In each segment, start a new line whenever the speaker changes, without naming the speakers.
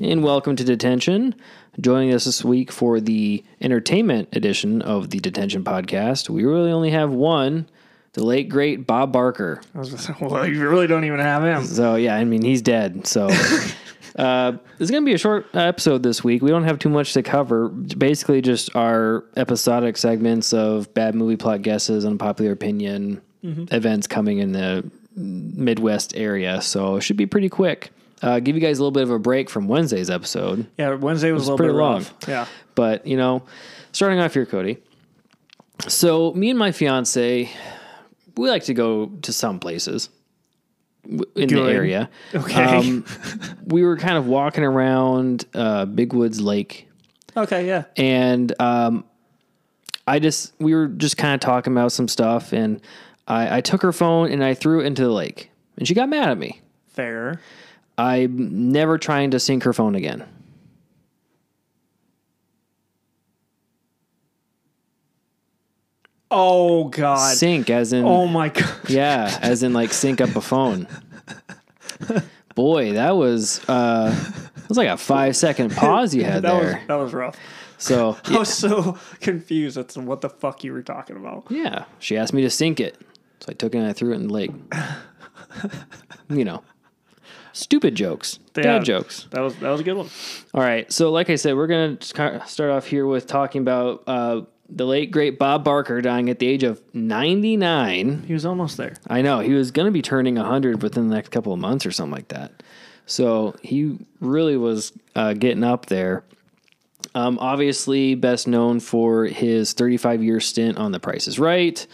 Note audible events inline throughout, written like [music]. and welcome to Detention. Joining us this week for the entertainment edition of the Detention podcast, we really only have one the late, great Bob Barker.
I was just, [laughs] well, you really don't even have him.
So, yeah, I mean, he's dead. So, uh, it's going to be a short episode this week. We don't have too much to cover. Basically, just our episodic segments of bad movie plot guesses, unpopular opinion, events coming in the Midwest area. So, it should be pretty quick. Uh, give you guys a little bit of a break from Wednesday's episode.
Yeah, Wednesday was, a little
pretty
bit
long.
rough. Yeah.
But, you know, starting off here, Cody. So, me and my fiance, we like to go to some places w- in the
Good.
area. Um,
Okay. [laughs]
we were kind of walking around uh, Big Woods Lake,
Okay. Yeah.
and um, I just, we were just kind of talking about some stuff, and I, I took her phone and I threw it into the lake, and she got mad at me.
Fair.
I'm never trying to sync her phone again.
Oh God.
Sync, as in
Oh my [laughs] God.
[laughs] Yeah, as in like sync up a phone. Boy, that was uh it was like a five second pause
[laughs]
you had
that
there.
was that was rough.
So
I was so [laughs] confused as to what the fuck you were talking about.
yeah, she asked me to sync it. So I took it and I threw it in the lake. You know. Stupid jokes.
Yeah.
Dad jokes.
That was that was a good one.
All right. So, like I said, we're going to start off here with talking about uh, the late, great Bob Barker dying at the age of 99.
He was almost there.
I know he was going to be turning 100 within the next couple of months or something like that. So he really was uh, getting up there. Um, obviously, best known for his 35 year stint on The Price is Right.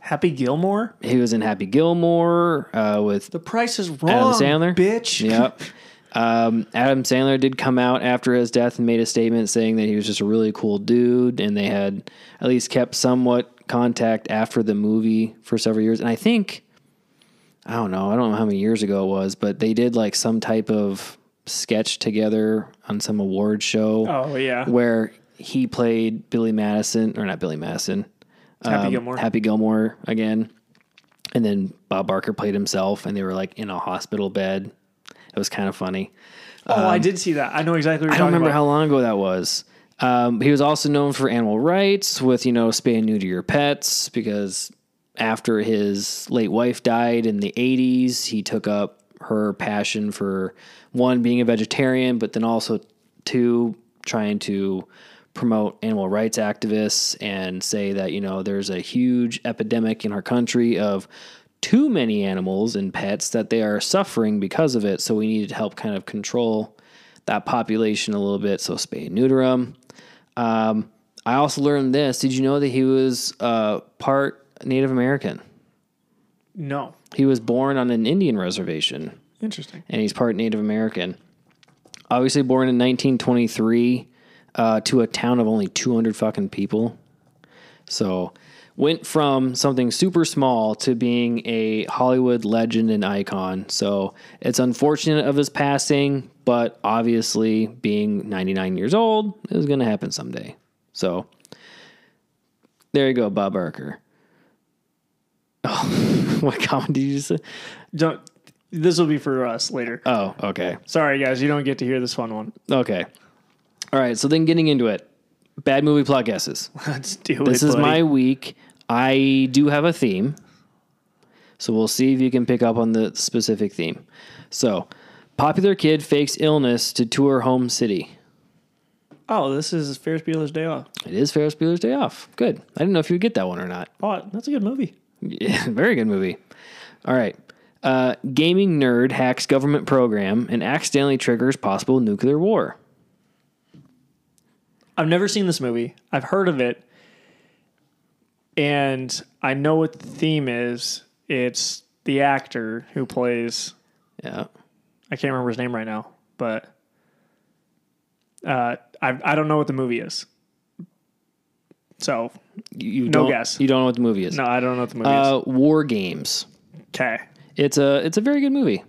Happy Gilmore.
He was in Happy Gilmore uh, with
The Price is
Adam
wrong.
Sandler.
Bitch.
Yep. Um, Adam Sandler did come out after his death and made a statement saying that he was just a really cool dude, and they had at least kept somewhat contact after the movie for several years. And I think, I don't know, I don't know how many years ago it was, but they did like some type of sketch together on some award show
Oh yeah.
where he played Billy Madison, or not Billy Madison,
Happy
um,
Gilmore.
Happy Gilmore again. And then Bob Barker played himself, and they were like in a hospital bed. It was kind of funny.
oh, I did see that. I know exactly. What you're
um, I don't
talking
remember
about.
how long ago that was. Um, he was also known for animal rights with, you know, spay and neuter your pets because after his late wife died in the 80s, he took up her passion for one, being a vegetarian, but then also two, trying to promote animal rights activists and say that, you know, there's a huge epidemic in our country of too many animals and pets that they are suffering because of it. So we need to help kind of control that population a little bit. So spay and neuter 'em. Um, I also learned this. Did you know that he was uh, part Native American?
No.
He was born on an Indian reservation
Interesting.
and he's part Native American. Obviously, born in 1923 uh, to a town of only 200 fucking people. So, went from something super small to being a Hollywood legend and icon. So, it's unfortunate of his passing, but obviously, being 99 years old, it was going to happen someday. So, there you go, Bob Barker. [laughs] Oh, what comment did you say?
Don't. This will be for us later.
Oh, okay.
Sorry guys, you don't get to hear this fun one. [laughs]
Okay. All right. So then getting into it, bad movie plot
[laughs]
guesses.
Let's do it.
This is
buddy.
my week. I do have a theme. So we'll see if you can pick up on the specific theme. So, popular kid fakes illness to tour home city.
Oh, this is Ferris Bueller's Day Off.
It is Ferris Bueller's Day Off. Good. I didn't know if you'd get that one or not. [laughs]
Oh, that's a good movie.
Yeah, very good movie. All right. Uh, gaming nerd hacks government program and accidentally triggers possible nuclear war.
I've never seen this movie. I've heard of it, and I know what the theme is. It's the actor who plays.
Yeah.
I can't remember his name right now, but uh, I I don't know what the movie is. So
You, you
No
don't,
guess.
You don't know what the movie is.
no, I don't know what the movie is.
Uh, War Games.
Okay,
It's a it's a very good movie.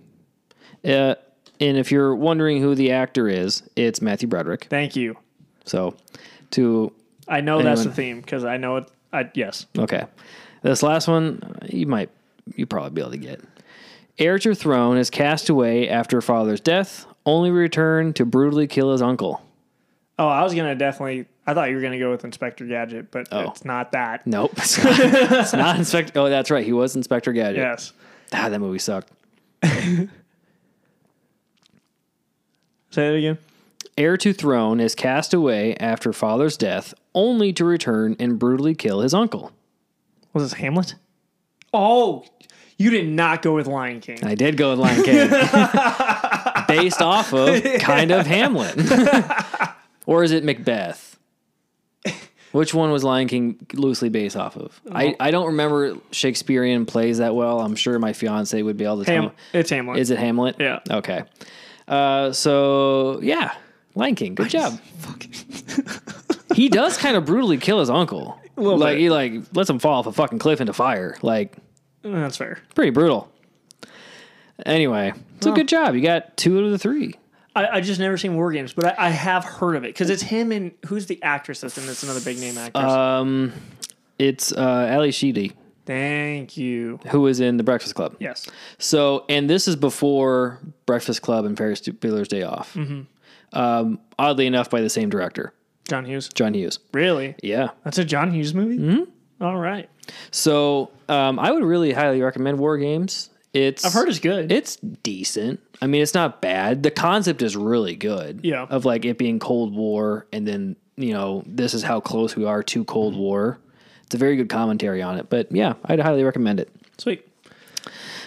Uh, and if you're wondering who the actor is, it's Matthew Broderick.
thank you.
So, to
I know that's the
Anyone-
theme because I know it. I yes.
okay, this last one you might you probably be able to get. Heir to throne is cast away after father's death, only returned to brutally kill his uncle.
Oh, I was gonna definitely. I thought you were gonna go with Inspector Gadget, but
Oh.
it's not that.
Nope. [laughs] It's not, it's not Inspector. Oh, that's right. He was Inspector Gadget.
Yes.
Ah, that movie sucked.
Say it again.
Heir to throne is cast away after father's death, only to return and brutally kill his uncle.
Was this Hamlet? Oh, you did not go with Lion King.
I did go with Lion
[laughs]
King. Based off of kind of
[laughs]
Hamlet. or is it Macbeth? Which one was Lion King loosely based off of? I, I don't remember Shakespearean plays that well. I'm sure my fiance would be able to tell.
Ham- it's Hamlet.
Is it Hamlet?
Yeah.
Okay. Uh, so yeah, Lion King. Good job. he does kind of brutally kill his uncle.
little
like
bit.
he like lets him fall off a fucking cliff into fire. Like
That's fair.
pretty brutal. Anyway, so good job. You got two out of the three.
I, I just never seen War Games, but I, I have heard of it because it's him and who's the actress that's in this? Another big name actress.
Um, it's uh, Ali Sheedy
Thank you.
who was in The Breakfast Club.
Yes.
So, and this is before Breakfast Club and Ferris Bueller's Day Off.
Mm-hmm.
Um, oddly enough, by the same director,
John Hughes.
John Hughes.
Really?
Yeah.
That's a John Hughes movie? Mm-hmm. right.
So um, I would really highly recommend War Games. It's
I've heard it's good.
it's decent. I mean, it's not bad. The concept is really good.
Yeah.
Of like it being Cold War, and then you know this is how close we are to Cold
Mm-hmm.
War. It's a very good commentary on it. But yeah, I'd highly recommend it.
Sweet.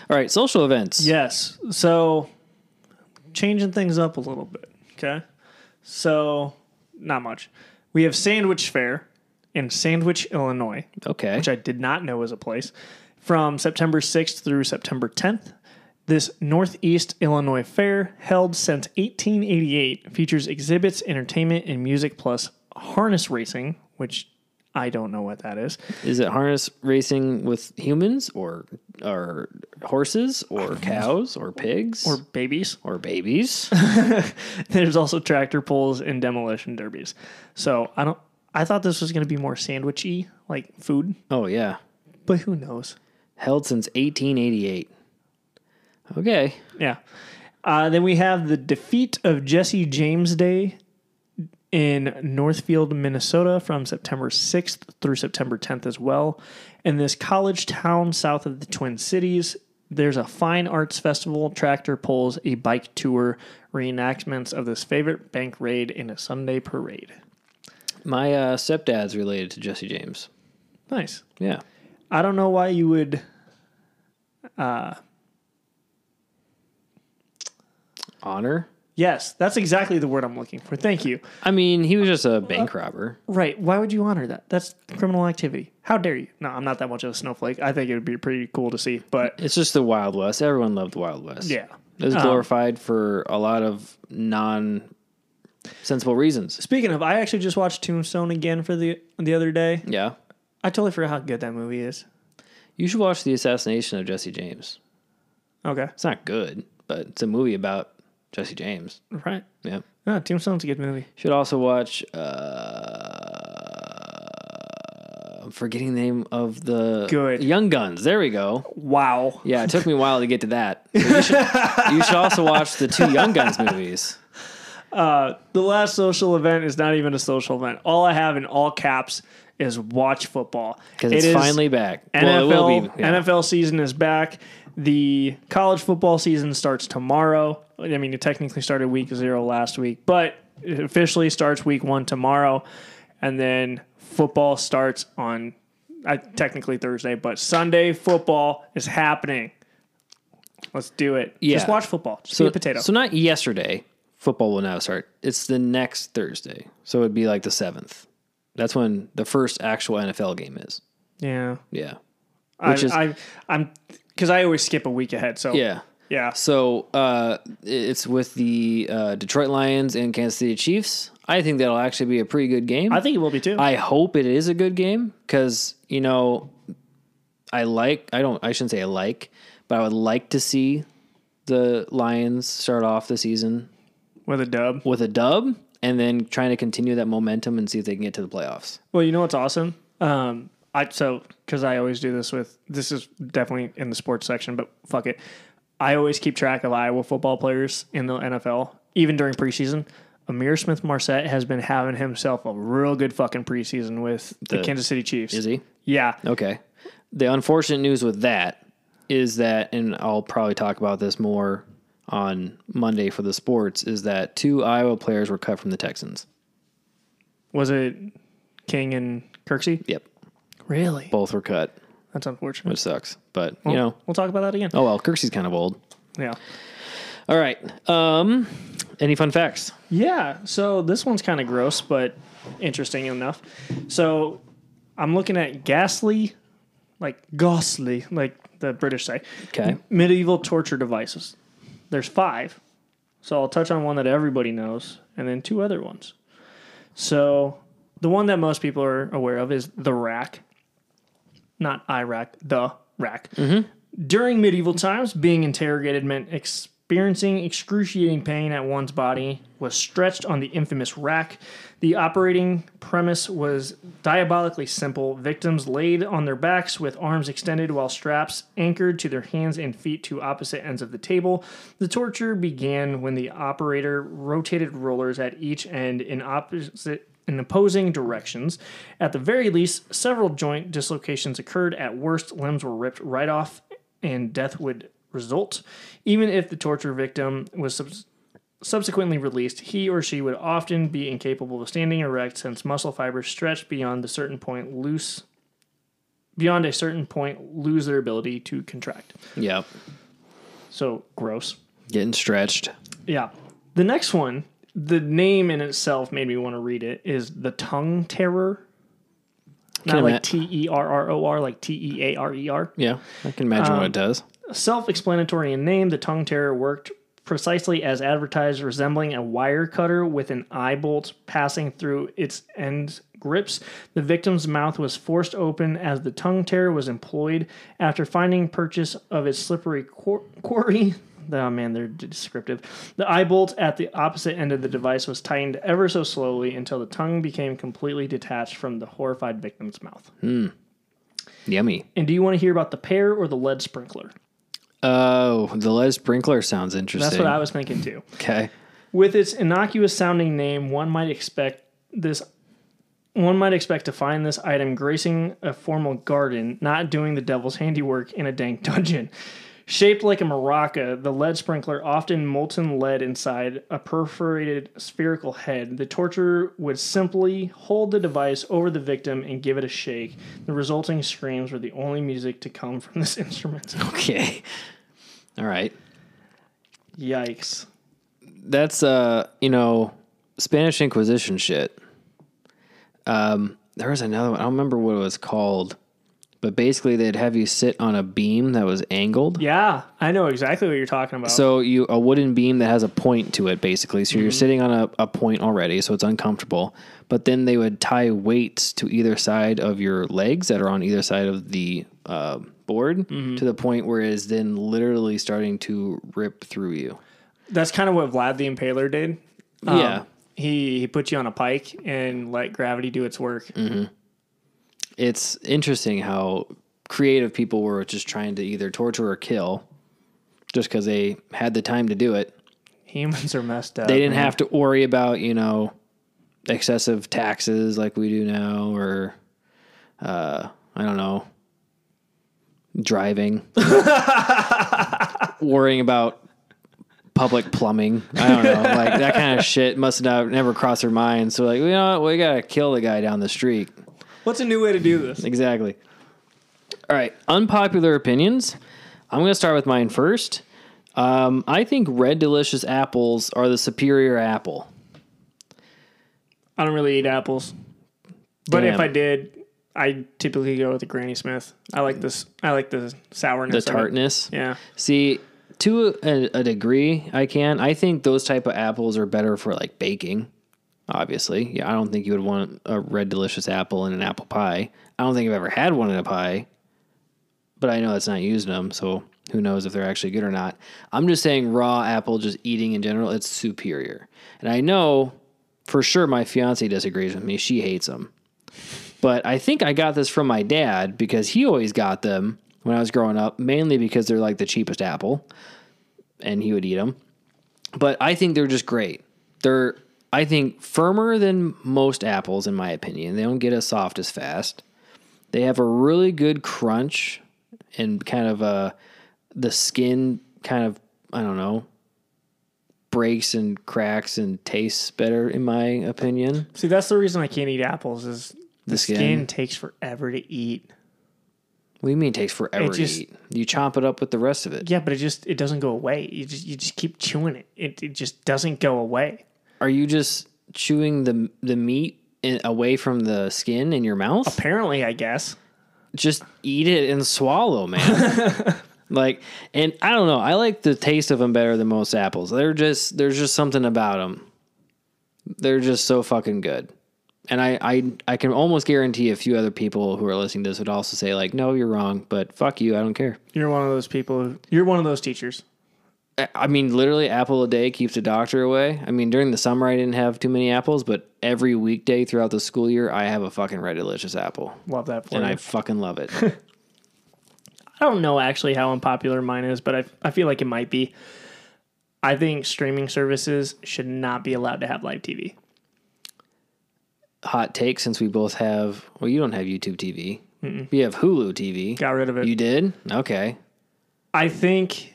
All right, social events.
Yes. So changing things up a little bit. Okay. So not much. We have Sandwich Fair in Sandwich, Illinois,
Okay.
which I did not know was a place, from September 6th through September 10th. This Northeast Illinois fair, held since 1888, features exhibits, entertainment, and music, plus harness racing, which I don't know what that is.
Is it harness racing with humans or or horses or cows or pigs
Or babies. [laughs]
or babies? [laughs]
There's also tractor pulls and demolition derbies. So I don't. I thought this was going to be more sandwichy, like food,
oh yeah.
but who knows?
held since 1888. Okay.
Yeah. Uh, then we have the defeat of Jesse James Day in Northfield, Minnesota, from September 6th through September 10th as well. In this college town south of the Twin Cities, there's a fine arts festival, tractor pulls, a bike tour, reenactments of this favorite bank raid, and a Sunday parade.
My uh, stepdad's related to Jesse James.
Nice.
Yeah.
I don't know why you would. Uh,
Honor.
yes, that's exactly the word I'm looking for. Thank you.
I mean, he was just a
Uh,
bank robber.
Right. Why would you honor that? That's criminal activity. How dare you? No, I'm not that much of a snowflake. I think it would be pretty cool to see, but
It's just the Wild West. Everyone loved the Wild West.
yeah. Um,
It was glorified for a lot of non sensible reasons.
Speaking of, I actually just watched Tombstone again for the the other day.
Yeah.
I totally forgot how good that movie is.
You should watch The Assassination of Jesse James.
Okay.
It's not good, but it's a movie about Jesse James.
Right.
Yeah.
No, Ah, Tombstone's a good movie.
Should also watch. Uh, I'm forgetting the name of the
Good.
Young Guns. There we go.
Wow.
Yeah, it took me a while to get to that. But You should, you should also watch the two Young Guns movies.
Uh, The last social event is not even a social event. All I have in all caps is watch football.
Because it's
It is-
finally back. well, it
NFL,
will be. yeah.
NFL season is back. The college football season starts tomorrow. I mean, it technically started week zero last week, but it officially starts week one tomorrow. And then football starts on uh, technically Thursday, but Sunday football is happening. Let's do it.
Yeah.
Just watch football. Just
So,
be a potato.
so not yesterday. Football will now start. It's the next Thursday. So it'd be like the 7th. That's when the first actual NFL game is.
yeah.
Yeah.
I,
Which is-
I, I'm because I always skip a week ahead. So
Yeah.
yeah.
So uh, it's with the uh, Detroit Lions and Kansas City Chiefs. I think that'll actually be a pretty good game.
I think it will be too.
I hope it is a good game because you know I like I don't I shouldn't say I like, but I would like to see the Lions start off the season
with a dub.
with a dub and then trying to continue that momentum and see if they can get to the playoffs.
Well, you know what's awesome? Um, I so because I always do this with this is definitely in the sports section, but fuck it. I always keep track of Iowa football players in the NFL, even during preseason. Amir Smith Marset has been having himself a real good fucking preseason with the,
The-
Kansas City Chiefs.
Is he?
Yeah.
Okay. The unfortunate news with that is that, and I'll probably talk about this more on Monday for the sports, is that two Iowa players were cut from the Texans.
Was it King and Kirksey?
Yep.
Really?
Both were cut,
That's unfortunate.
which sucks. But, you know,
We'll talk about that again.
oh well, Kirksey's kind of old.
Yeah.
All right. Um, any fun facts?
Yeah. So this one's kind of gross, but interesting enough. So I'm looking at ghastly, like ghastly, like the British say,
Okay.
medieval torture devices. There's five. So I'll touch on one that everybody knows and then two other ones. So the one that most people are aware of is the rack, not Iraq, the rack. During medieval times, being interrogated meant experiencing excruciating pain at one's body was stretched on the infamous rack. The operating premise was diabolically simple. Victims laid on their backs with arms extended while straps anchored to their hands and feet to opposite ends of the table. The torture began when the operator rotated rollers at each end in opposite in opposing directions. At the very least, several joint dislocations occurred. At worst, limbs were ripped right off and death would result. Even if the torture victim was subs- subsequently released, he or she would often be incapable of standing erect since muscle fibers stretched beyond the certain point loose beyond a certain point lose their ability to contract.
Yep.
So gross.
Getting stretched.
Yeah. The next one, the name in itself made me want to read it, is the tongue terror.
Can
Not
I ma-
like T E R R O R, like T E A R E R.
Yeah. I can imagine what it does.
Self explanatory in name, the tongue terror worked precisely as advertised, resembling a wire cutter with an eye bolt passing through its end grips. The victim's mouth was forced open as the tongue terror was employed. After finding purchase of its slippery quar- quarry, oh man, they're descriptive. The eye bolt at the opposite end of the device was tightened ever so slowly until the tongue became completely detached from the horrified victim's mouth.
Yummy.
And do you want to hear about the pear or the lead sprinkler?
Oh, the lead sprinkler sounds interesting.
That's what I was thinking too.
Okay.
With its innocuous sounding name, one might expect this one might expect to find this item gracing a formal garden, not doing the devil's handiwork in a dank [laughs] dungeon. Shaped like a maraca, the lead sprinkler often molten lead inside a perforated spherical head. The torturer would simply hold the device over the victim and give it a shake. The resulting screams were the only music to come from this [laughs] instrument.
[laughs] Okay. All right.
Yikes.
that's uh you know Spanish Inquisition shit. Um, there was another one. I don't remember what it was called, but basically they'd have you sit on a beam that was angled.
Yeah, I know exactly what you're talking about.
So you a wooden beam that has a point to it, basically. So you're sitting on a, a point already, so it's uncomfortable. But then they would tie weights to either side of your legs that are on either side of the uh, board to the point where it is then literally starting to rip through you.
That's kind of what Vlad the Impaler did.
Yeah.
He he put you on a pike and let gravity do its work.
Mm. it's interesting how creative people were just trying to either torture or kill just because they had the time to do it.
Humans are messed up.
They didn't have to worry about, you know, excessive taxes like we do now or, uh, I don't know, driving, worrying about public plumbing. I don't know. Like that kind of shit must have never crossed their mind. So, like, you know what? We got to kill the guy down the street.
What's a new way to do this?
Exactly. All right, unpopular opinions. I'm going to start with mine first. Um, I think red delicious apples are the superior apple.
I don't really eat apples, but if
Damn.
I did, I typically go with the Granny Smith. I like this. I like the
The
sourness. of it.
tartness.
Yeah.
See, to a, a degree, I can. I think those type of apples are better for like baking. Obviously, yeah. I don't think you would want a red delicious apple in an apple pie. I don't think I've ever had one in a pie, but I know that's not using them. So who knows if they're actually good or not? I'm just saying raw apple, just eating in general, it's superior. And I know for sure my fiance disagrees with me. She hates them but I think I got this from my dad because he always got them when I was growing up, mainly because they're like the cheapest apple and he would eat them. but I think they're just great. They're I think firmer than most apples in my opinion. They don't get as soft as fast. They have a really good crunch and kind of a the skin kind of I don't know breaks and cracks and tastes better in my opinion.
See, that's the reason I can't eat apples is the,
skin?
skin. takes forever to eat.
What do you mean it takes forever
It just-
to eat? You chomp it up with the rest of it.
Yeah, but it just it doesn't go away. You just you just keep chewing it. It it just doesn't go away.
Are you just chewing the the meat in, away from the skin in your mouth?
Apparently, I guess.
just eat it and swallow, man.
[laughs]
like, and I don't know. I like the taste of them better than most apples. They're just there's just something about them. They're just so fucking good. And I, I I can almost guarantee a few other people who are listening to this would also say like, no, you're wrong, but fuck you, I don't care.
You're one of those people. Who, you're one of those teachers.
I- I mean, literally, apple a day keeps the doctor away. I mean, during the summer, I didn't have too many apples, but every weekday throughout the school year, I have a fucking red delicious apple,
Love that for
and
you.
I fucking love it. [laughs]
I don't know actually how unpopular mine is, but I, I feel like it might be. I think streaming services should not be allowed to have live TV.
hot take since we both have well you don't have youtube tv you have hulu tv
Got rid of it.
you did okay
I think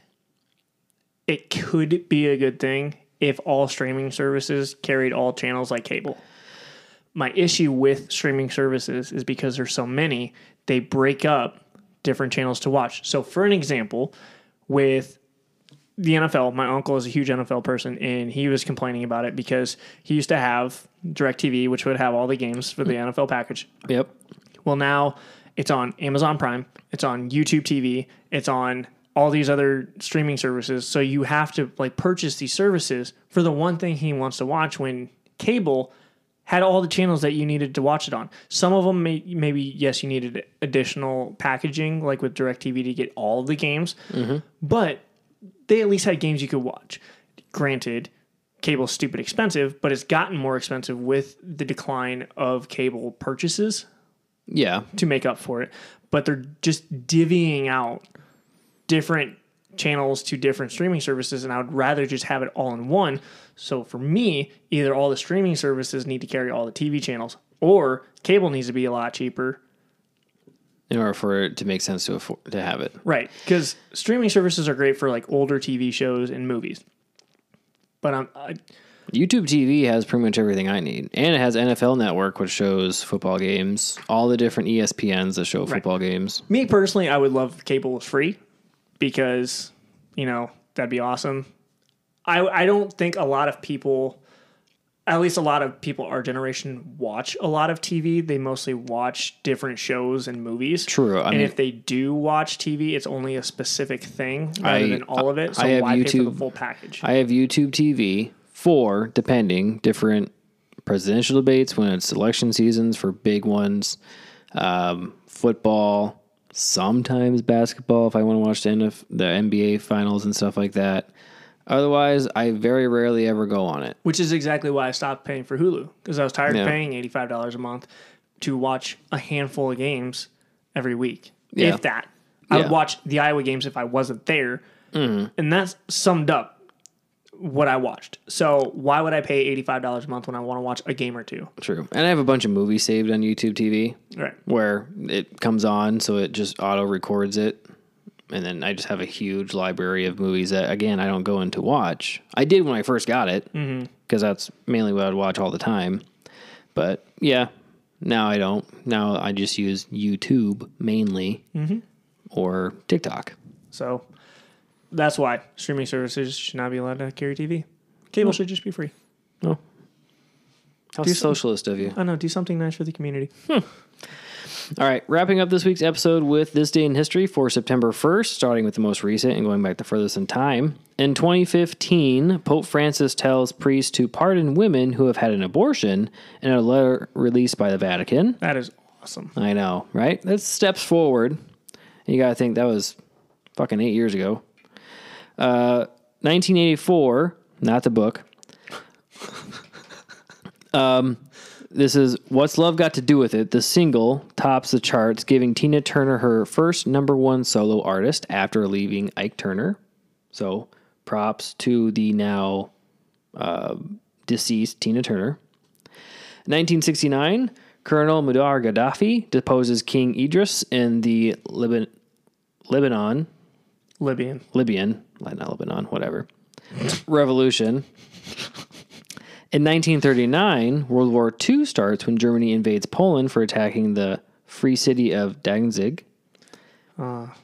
it could be a good thing if all streaming services carried all channels like cable. My issue with streaming services is because there's so many, they break up different channels to watch. So for an example, with the NFL, my uncle is a huge NFL person and he was complaining about it because he used to have DirecTV, which would have all the games for the NFL package.
yep
Well, now it's on Amazon Prime, it's on YouTube TV, it's on all these other streaming services. So you have to like purchase these services for the one thing he wants to watch when cable had all the channels that you needed to watch it on. Some of them may, maybe yes you needed additional packaging like with DirecTV to get all the games. But they at least had games you could watch. Granted, cable's stupid expensive, but it's gotten more expensive with the decline of cable purchases
yeah
to make up for it, but they're just divvying out different channels to different streaming services, and I would rather just have it all in one. So for me, either all the streaming services need to carry all the TV channels, or cable needs to be a lot cheaper.
in order for it to make sense to afford to have it
Right. Because streaming services are great for like older TV shows and movies. But I'm, I,
youtube tv has pretty much everything i need and it has nfl network which shows football games all the different E espns that show football games
me personally, I would love if cable was free because, you know, that'd be awesome. I I don't think a lot of people at least a lot of people our generation watch a lot of TV. They mostly watch different shows and movies.
True. I
and
mean-
if they do watch TV, it's only a specific thing rather
I-
than all of it. So
I have
why pay for
YouTube-
the full package?
I have YouTube TV for, depending, different presidential debates when it's election seasons for big ones, um, football, sometimes basketball if I want to watch the, NF- the NBA finals and stuff like that. Otherwise, I very rarely ever go on it.
Which is exactly why I stopped paying for Hulu because I was tired
Yeah.
of paying eighty five dollars a month to watch a handful of games every week,
Yeah.
if that. I
Yeah. Mm-hmm.
would watch the Iowa games if I wasn't there, and that's summed up what I watched. So why would I pay eighty five dollars a month when I want to watch a game or two?
True. And I have a bunch of movies saved on YouTube TV
Right.
where it comes on, so it just auto records it. And then I just have a huge library of movies that, again, I don't go in to watch. I did when I first got it, because that's mainly what I'd watch all the time. But yeah, now I don't. Now I just use YouTube mainly or TikTok.
So that's why streaming services should not be allowed to carry TV. Cable should just be free.
Oh. How socialist of you.
I know. Do something nice for the community.
All right, wrapping up this week's episode with this day in history for September 1st, starting with the most recent and going back the furthest in time. In 2015, Pope Francis tells priests to pardon women who have had an abortion in a letter released by the Vatican.
That is awesome.
I know, right? That's steps forward. You got to think that was fucking eight years ago. Uh, 1984, not the book. [laughs] um, this is What's Love Got to Do with It? The single tops the charts, giving Tina Turner her first number one solo artist after leaving Ike Turner. So, props to the now uh, deceased Tina Turner. 1969, Colonel Muammar Gaddafi deposes King Idris in the Liban- Lebanon,
Libyan.
Libyan, not Lebanon, whatever, [laughs] revolution. In 1939, World War II starts when Germany invades Poland for attacking the free city of Danzig.
Gotta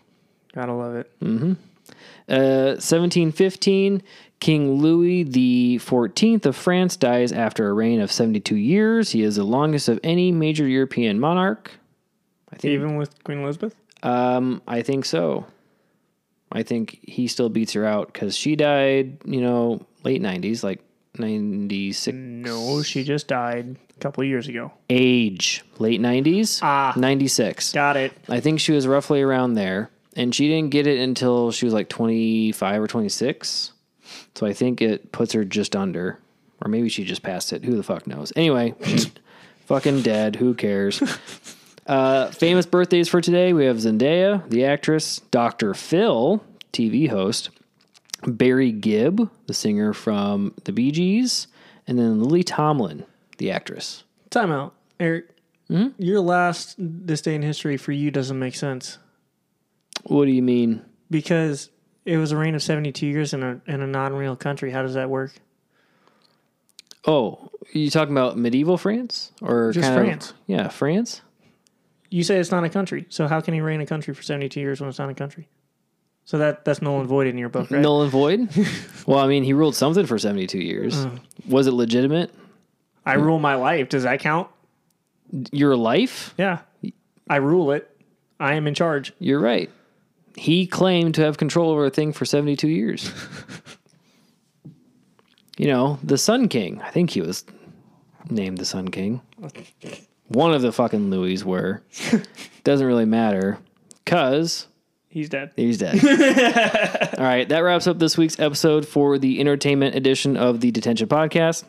love it.
Uh, 1715, King Louis the Fourteenth of France dies after a reign of 72 years. He is the longest of any major European monarch. I think.
Even with Queen Elizabeth?
Um, I think so. I think he still beats her out because she died, you know, late 90s, like 96.
No, she just died a couple of years ago.
Age, late 90s,
Ah.
96.
Got it.
I think she was roughly around there, and she didn't get it until she was like 25 or 26. So I think it puts her just under, or maybe she just passed it. Who the fuck knows? Anyway, she's fucking dead. Who cares? Uh, famous birthdays for today we have Zendaya, the actress, Dr. Phil, TV host, Barry Gibb, the singer from the Bee Gees, and then Lily Tomlin, the actress.
Time out, Eric. Your last this day in history for you doesn't make sense
What do you mean?
because it was a reign of 72 years in a, in a non real country. How does that work?
Oh, you talking about medieval France or
Just
kind of-
France.
yeah, France.
You say it's not a country, so how can he reign a country for 72 years when it's not a country? So that that's null and void in your book, right?
Null and
[laughs]
void. well, I mean, he ruled something for seventy-two years.
Mm.
Was it legitimate?
I rule my life. Does that count?
Your life?
Yeah. I rule it. I am in charge.
You're right. He claimed to have control over a thing for seventy-two
[laughs]
years. you know, the Sun King. I think he was named the Sun King. One of the fucking Louis were.
[laughs]
Doesn't really matter, cause
He's dead.
He's dead. All right, that wraps up this week's episode for the entertainment edition of the Detention Podcast.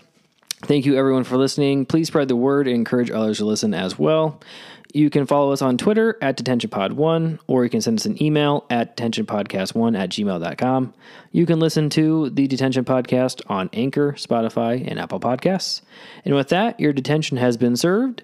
Thank you, everyone, for listening. Please spread the word and encourage others to listen as well. You can follow us on Twitter at DetentionPod1, or you can send us an email at DetentionPodcast1 at gmail.com. You can listen to the Detention Podcast on Anchor, Spotify, and Apple Podcasts. And with that, your detention has been served.